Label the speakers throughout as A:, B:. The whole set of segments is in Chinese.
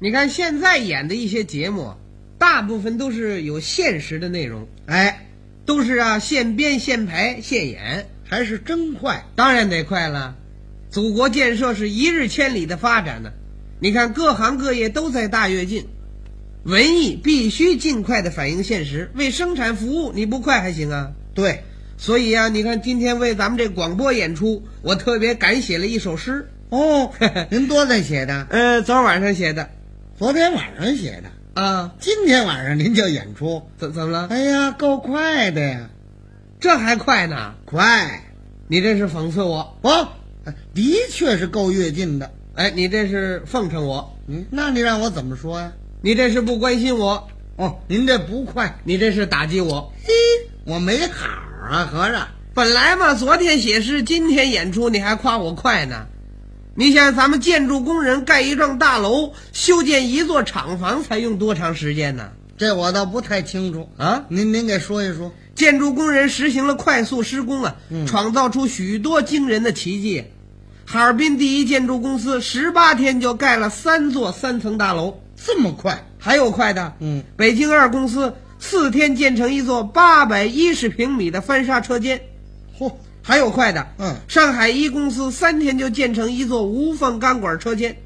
A: 你看现在演的一些节目，大部分都是有现实的内容，哎，都是啊现编现排现演，
B: 还是真快。
A: 当然得快了。祖国建设是一日千里的发展呢、你看各行各业都在大跃进，文艺必须尽快的反映现实，为生产服务，你不快还行啊？
B: 对，
A: 所以啊，你看今天为咱们这广播演出，我特别赶写了一首诗，
B: 哦， 您多才写的，
A: 呃，昨儿晚上写的
B: 昨天晚上写的，
A: 啊，
B: 今天晚上您就演出。
A: 怎怎么了？
B: 哎呀，够快的呀，
A: 这还快呢？
B: 快！
A: 你这是讽刺我，
B: 哦，的确是够跃进的。
A: 哎，你这是奉承我，
B: 嗯，那你让我怎么说呀、
A: 你这是不关心我，
B: 哦，您这不快，
A: 你这是打击我。
B: 嘿，我没好啊，合着。
A: 本来嘛，昨天写诗，今天演出，你还夸我快呢。你想，咱们建筑工人盖一幢大楼，修建一座厂房，才用多长时间呢？
B: 这我倒不太清楚
A: 啊
B: 您您给说一说。
A: 建筑工人实行了快速施工啊，
B: 嗯
A: 创造出许多惊人的奇迹。哈尔滨第一建筑公司十八天就盖了三座三层大楼，
B: 这么快？
A: 还有快的，
B: 嗯，
A: 北京二公司四天建成一座八百一十平米的翻砂车间，
B: 嚯，
A: 还有快的，
B: 嗯
A: 上海一公司三天就建成一座无缝钢管车间，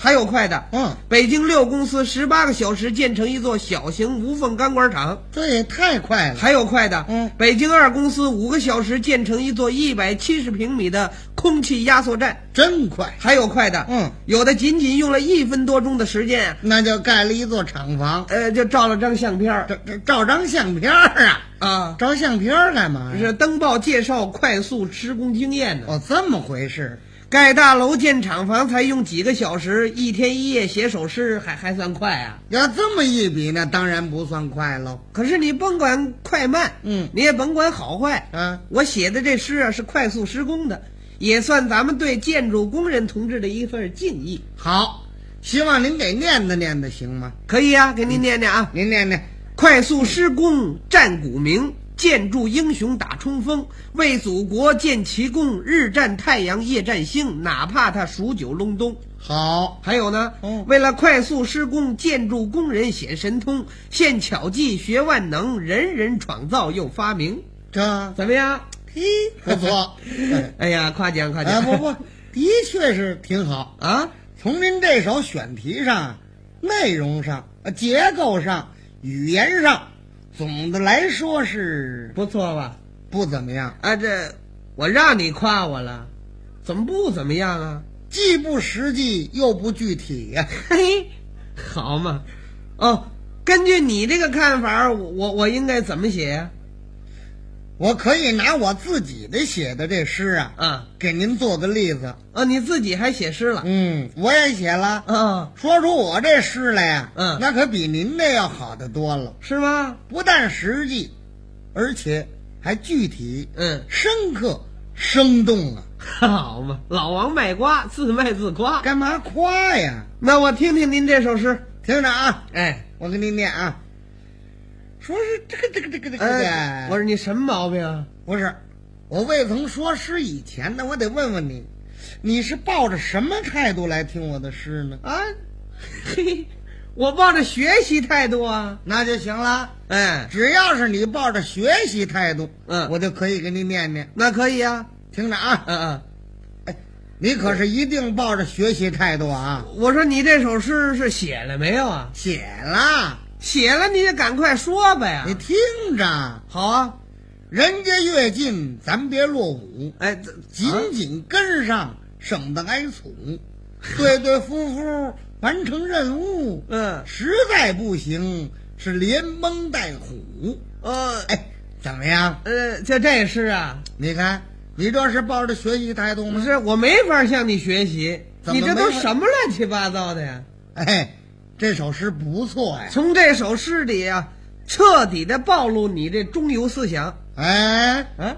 A: 还有快的，
B: 嗯
A: 北京六公司十八个小时建成一座小型无缝钢管厂，
B: 这也太快了。
A: 还有快的，
B: 嗯
A: 北京二公司五个小时建成一座一百七十平米的空气压缩站，
B: 真快，
A: 还有快的，
B: 嗯
A: 有的仅仅用了一分多钟的时间啊，
B: 那就盖了一座厂房，
A: 呃，就照了张相片儿
B: 这这照张相片儿啊，
A: 啊，
B: 照相片儿干嘛呀？
A: 是登报介绍快速施工经验呢。
B: 哦，这么回事。
A: 盖大楼、建厂房才用几个小时，一天一夜写首诗还还算快啊？
B: 要这么一比，那当然不算快喽。
A: 可是你甭管快慢，
B: 嗯
A: 你也甭管好坏，
B: 啊，
A: 我写的这诗啊是快速施工的，也算咱们对建筑工人同志的一份敬意。
B: 好，希望您给念叨念叨行吗？
A: 可以啊，给您念念啊：
B: 您念念。
A: 快速施工战古名，建筑英雄打冲锋，为祖国建奇功，日战太阳夜战星，哪怕他数九隆冬。
B: 好，
A: 还有呢，
B: 嗯
A: 为了快速施工，建筑工人显神通，献巧技，学万能，人人创造又发明，
B: 这
A: 怎么样？
B: 嘿不错。
A: 哎呀，夸奖夸奖！
B: 啊，不不，的确是挺好。
A: 啊，
B: 从您这首选题上、内容上、呃结构上、语言上，总的来说是
A: 不错吧？
B: 不怎么样，
A: 啊，这我让你夸我了，怎么不怎么样啊？
B: 既不实际又不具体呀、
A: 嘿，好嘛，哦，根据你这个看法，我我我应该怎么写呀、
B: 我可以拿我自己的写的这诗啊，
A: 啊？
B: 给您做个例子。
A: 哦，你自己还写诗了？
B: 嗯，我也写了，
A: 啊，
B: 说出我这诗来呀、
A: 嗯
B: 那可比您这要好得多了。
A: 是吗？
B: 不但实际，而且还具体、
A: 嗯，
B: 深刻、生动啊！
A: 好嘛，老王卖瓜，自卖自夸。
B: 干嘛夸呀？
A: 那我听听您这首诗。
B: 听着啊，
A: 哎，
B: 我给你念啊，说是这个这个这个这个这个，
A: 哎，我说你什么毛病啊？
B: 不是，我未曾说诗以前呢，我得问问你，你是抱着什么态度来听我的诗呢？
A: 啊， 嘿，我抱着学习态度啊。
B: 那就行了，
A: 哎，
B: 只要是你抱着学习态度，
A: 嗯
B: 我就可以给你念念。
A: 那可以啊。
B: 听着啊，
A: 嗯嗯，
B: 你可是一定抱着学习态度啊！
A: 我说你这首诗是写了没有啊？
B: 写了，
A: 写了你就赶快说呗呀
B: 你。听着，
A: 好啊。
B: 人家越近，咱别落伍，
A: 哎，这
B: 紧紧跟上，省得挨损。对对夫妇完成任务，
A: 嗯
B: 实在不行是连蒙带唬。
A: 呃
B: 哎，怎么样？
A: 呃，就这诗啊，
B: 你看，你这是抱着学习态度
A: 不
B: 吗？
A: 是我没法向你学习，
B: 怎
A: 你
B: 么
A: 这都
B: 没法
A: 什嗯么乱七八糟的呀？
B: 哎，这首诗不错呀。
A: 从这首诗里啊，彻底的暴露你这中游思想
B: 哎，
A: 啊？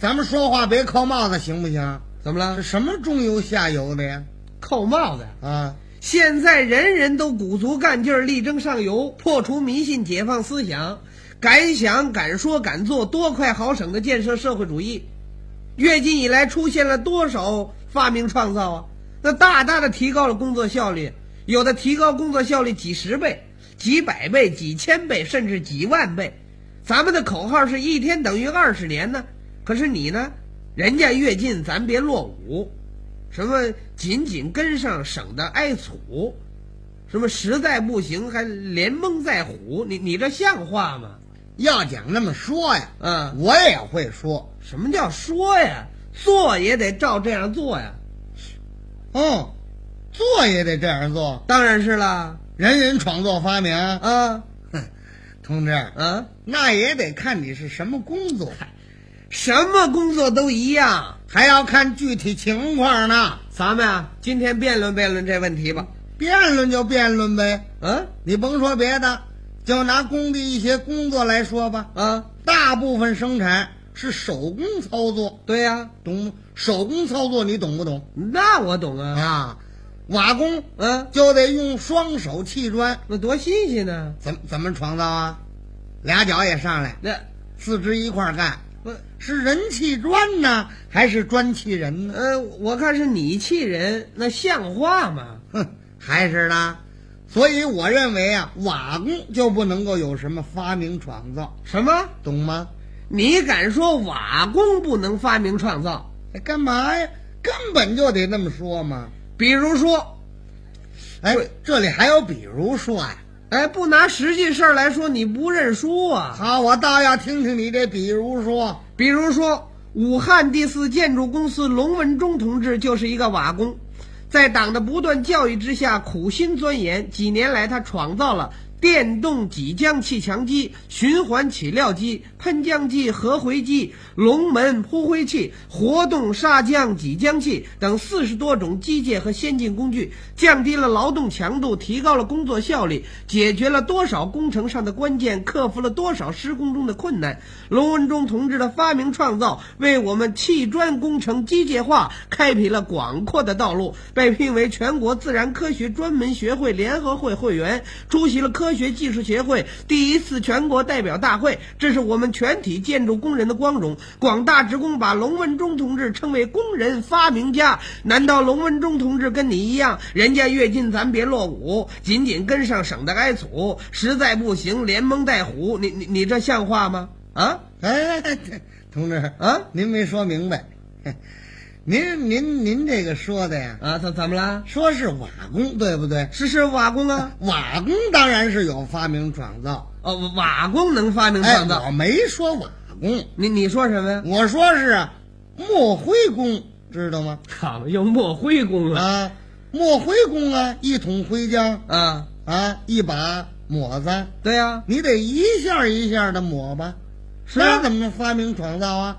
B: 咱们说话别扣帽子，行不行？
A: 怎么
B: 这
A: 了？
B: 什么中游下游的呀？
A: 扣帽子呀？
B: 啊，
A: 现在人人都鼓足干劲儿，力争上游，破除迷信，解放思想，敢想敢说敢做，多快好省的建设社会主义。跃进以来，出现了多少发明创造啊？那大大的提高了工作效率，有的提高工作效率几十倍、几百倍、几千倍，甚至几万倍。咱们的口号是一天等于二十年呢，可是你呢，人家越近，咱别落伍。什么紧紧跟上，省得挨杵；什么实在不行，还连蒙带唬。你你这像话吗？
B: 要讲那么说呀，
A: 嗯
B: 我也会说。
A: 什么叫说呀？做也得照这样做呀。
B: 嗯，做也得这样做，
A: 当然是啦，
B: 人人创作发明。
A: 啊
B: 哼，同志，
A: 啊，
B: 那也得看你是什么工作，
A: 什么工作都一样。
B: 还要看具体情况呢。
A: 咱们啊，今天辩论辩论这问题吧。
B: 辩论就辩论呗，
A: 嗯
B: 你甭说别的，就拿工地一些工作来说吧，
A: 啊，
B: 大部分生产是手工操作，
A: 对呀、
B: 懂吗？手工操作你懂不懂
A: 那我懂啊。
B: 啊？瓦工
A: 啊，
B: 就得用双手砌砖，
A: 那多新鲜呢。
B: 怎么怎么创造啊？俩脚也上来，
A: 那呃
B: 四肢一块儿干，
A: 不，
B: 是人砌砖呢，还是砖砌人呢？
A: 呃，我看是你气人，那像话吗？
B: 哼，还是啦。所以我认为啊，瓦工就不能够有什么发明创造，
A: 什么？
B: 懂吗？
A: 你敢说瓦工不能发明创造？
B: 哎干嘛呀？根本就得那么说嘛。
A: 比如说，
B: 哎
A: 对，
B: 这里还有比如说呀、
A: 哎，不拿实际事儿来说，你不认输啊？
B: 好，我倒要听听你这比如说。
A: 比如说，武汉第四建筑公司龙文忠同志就是一个瓦工，在党的不断教育之下，苦心钻研，几年来他创造了。电动挤浆气墙机、循环起料机、喷浆机、合回机、龙门铺灰器、活动砂浆挤浆器等四十多种机械和先进工具，降低了劳动强度，提高了工作效率，解决了多少工程上的关键，克服了多少施工中的困难。龙文忠同志的发明创造，为我们砌砖工程机械化开辟了广阔的道路，被聘为全国自然科学专门学会联合会会员，出席了科学技术协会第一次全国代表大会，这是我们全体建筑工人的光荣。广大职工把龙文忠同志称为工人发明家，难道龙文忠同志跟你一样，人家越近咱别落伍，紧紧跟上省得挨杵，实在不行连蒙带唬，你你你这像话吗？啊
B: 哎，同志
A: 啊
B: 您没说明白。 您您您这个说的呀，
A: 啊，怎怎么了？
B: 说是瓦工对不对？
A: 是是瓦工啊，
B: 瓦工当然是有发明创造，
A: 哦，瓦工能发明
B: 哎
A: 创，造。
B: 我没说瓦工，
A: 你你说什么呀？
B: 我说是啊，墨灰工，知道吗？
A: 好，又墨灰工了
B: 啊，墨灰工啊，一桶灰浆
A: 啊！
B: 啊，一把抹子，
A: 对呀、
B: 你得一下一下的抹吧，
A: 是啊
B: 那怎么能发明创造啊？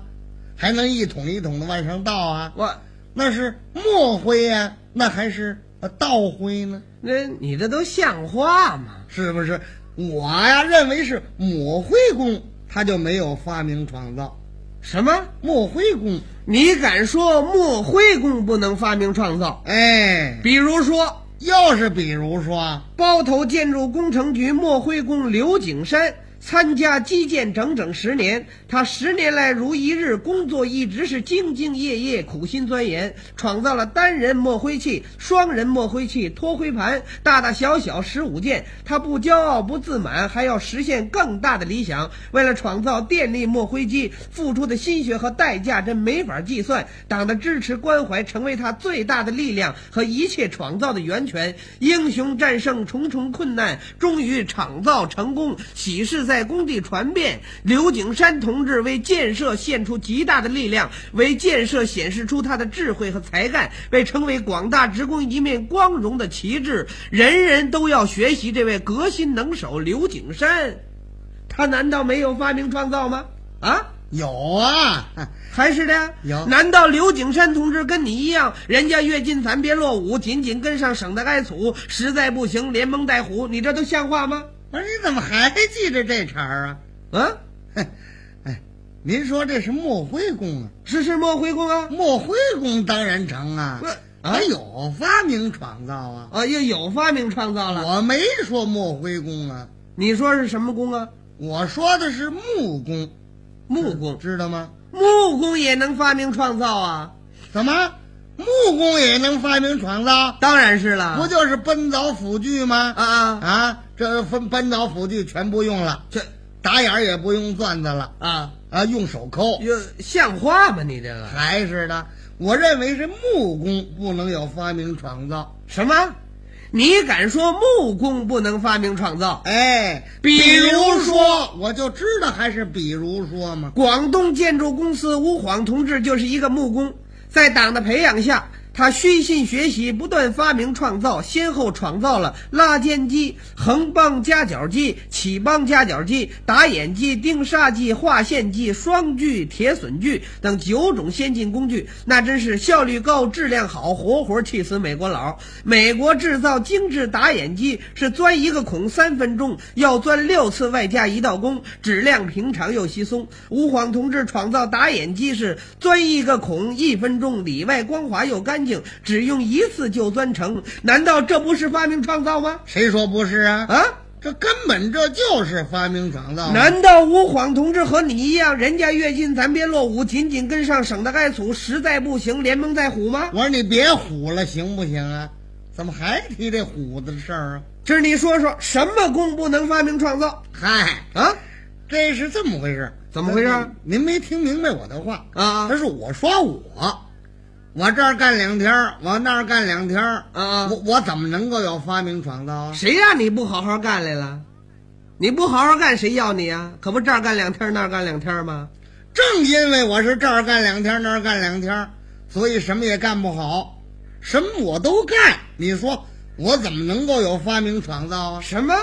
B: 还能一桶一桶的往上倒啊？
A: 我
B: 那是墨灰呀、那还是呃倒灰呢？
A: 那你这都像话吗？
B: 是不是？我呀认为是抹灰工，他就没有发明创造。
A: 什么？
B: 墨灰工，
A: 你敢说墨灰工不能发明创造？
B: 哎，
A: 比如说，
B: 又是比如说啊，
A: 包头建筑工程局墨灰工刘景山参加基建整整十年，他十年来如一日工作，一直是兢兢业业、苦心钻研，创造了单人墨灰器、双人墨灰器、脱灰盘，大大小小十五件。他不骄傲、不自满，还要实现更大的理想。为了创造电力墨灰机，付出的心血和代价真没法计算。党的支持关怀成为他最大的力量和一切创造的源泉。英雄战胜重重困难，终于创造成功，喜事在工地传遍。刘景山同志为建设献出极大的力量，为建设显示出他的智慧和才干，为成为广大职工一面光荣的旗帜。人人都要学习这位革新能手刘景山，他难道没有发明创造吗？啊？
B: 有啊，
A: 还是的，
B: 有
A: 难道刘景山同志跟你一样，人家越近咱别落伍，紧紧跟上省得挨杵，实在不行连蒙带唬，你这都像话吗？
B: 我说你怎么还记着这茬儿啊？
A: 啊，
B: 哼哎，您说这是墨灰工啊？
A: 是是莫回宫啊，
B: 墨灰工当然成啊
A: 不是，
B: 还有发明创造啊。
A: 啊又有发明创造了。
B: 我没说墨灰工啊，
A: 你说是什么工啊？
B: 我说的是木工，
A: 木工，
B: 知道吗？
A: 木工也能发明创造啊？
B: 怎么，木工也能发明创造，
A: 当然是了，
B: 不就是扳倒斧锯吗？
A: 啊啊
B: 啊，这分扳倒斧锯全不用了，
A: 这
B: 打眼儿也不用钻子了，
A: 啊，
B: 啊，用手抠，
A: 有像话吗？你这个
B: 还是的。我认为是木工不能有发明创造，
A: 什么？你敢说木工不能发明创造？
B: 哎，
A: 比如说
B: 说，我就知道还是比如说嘛，
A: 广东建筑公司吴晃同志就是一个木工，在党的培养下，他虚心学习，不断发明创造，先后创造了拉肩机、横帮夹角机、起帮夹角机、打眼机、钉煞机、画线机、双锯、铁榫锯等九种先进工具，那真是效率高、质量好，活活气死美国佬。美国制造精致打眼机是钻一个孔三分钟，要钻六次，外加一道工，质量平常又稀松。吴晃同志创造打眼机是钻一个孔一分钟，里外光滑又干净，只用一次就钻成。难道这不是发明创造吗？
B: 谁说不是啊？
A: 啊？
B: 这根本这就是发明创造嘛。
A: 难道吴晃同志和你一样，人家跃进咱别落伍，紧紧跟上，省得挨杵，实在不行连蒙带唬吗？
B: 我说你别唬了，行不行啊？怎么还提这唬的事儿啊？
A: 这你说说，什么工不能发明创造
B: 嗨，
A: 啊？
B: 这是这么回事儿，
A: 怎么回事儿
B: 您您没听明白我的话
A: 啊
B: 他是我说我，我这儿干两天儿，我那儿干两天儿
A: 啊
B: 我我怎么能够有发明创造啊？
A: 谁让你不好好干来了？你不好好干，谁要你啊？可不这儿干两天，那儿干两天吗？
B: 正因为我是这儿干两天，那儿干两天，所以什么也干不好，什么我都干。你说我怎么能够有发明创造啊？
A: 什么？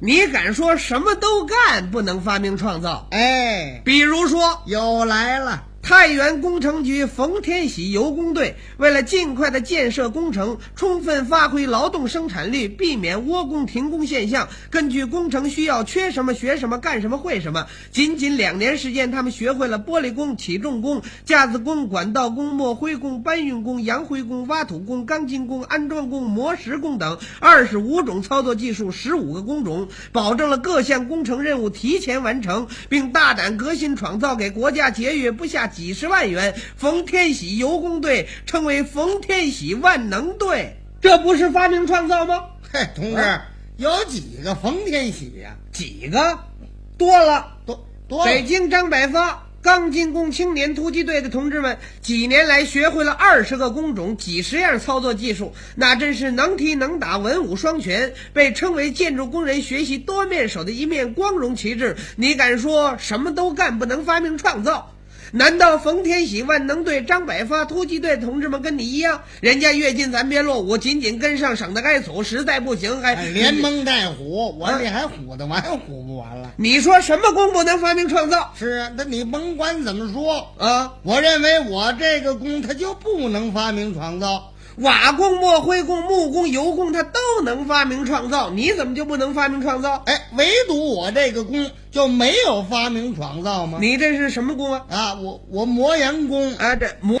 A: 你敢说什么都干不能发明创造？
B: 哎，
A: 比如说，
B: 又来了。
A: 太原工程局冯天喜油工队为了尽快的建设工程，充分发挥劳动生产率，避免窝工停工现象，根据工程需要缺什么学什么，干什么会什么。仅仅两年时间，他们学会了玻璃工、起重工、架子工、管道工、墨灰工、搬运工、洋灰工、挖土工、钢筋工、安装工、磨石工等二十五种操作技术，十五个工种，保证了各项工程任务提前完成，并大胆革新创造，给国家节约不下几十万元。冯天喜油工队称为冯天喜万能队，这不是发明创造吗？
B: 嘿，同志，
A: 啊
B: 有几个冯天喜呀、
A: 几个？多了。
B: 多多
A: 北
B: 了
A: 京张百发钢筋工青年突击队的同志们，几年来学会了二十个工种，几十样操作技术，那真是能踢能打，文武双全，被称为建筑工人学习多面手的一面光荣旗帜。你敢说什么都干，不能发明创造？ 难道冯天喜万能队、张百发突击队的同志们跟你一样，人家越进咱别落伍，紧紧跟上，省得该走，实在不行还
B: 哎连蒙带唬，我
A: 啊
B: 这还唬得完，唬不完了。
A: 你说什么工不能发明创造
B: 是啊，那你甭管怎么说，
A: 啊？
B: 我认为我这个工它就不能发明创造。
A: 瓦工、墨灰工、木工、油工，他都能发明创造，你怎么就不能发明创造？
B: 哎，唯独我这个工就没有发明创造吗？
A: 你这是什么工啊？
B: 啊，我我磨洋工，
A: 啊，这磨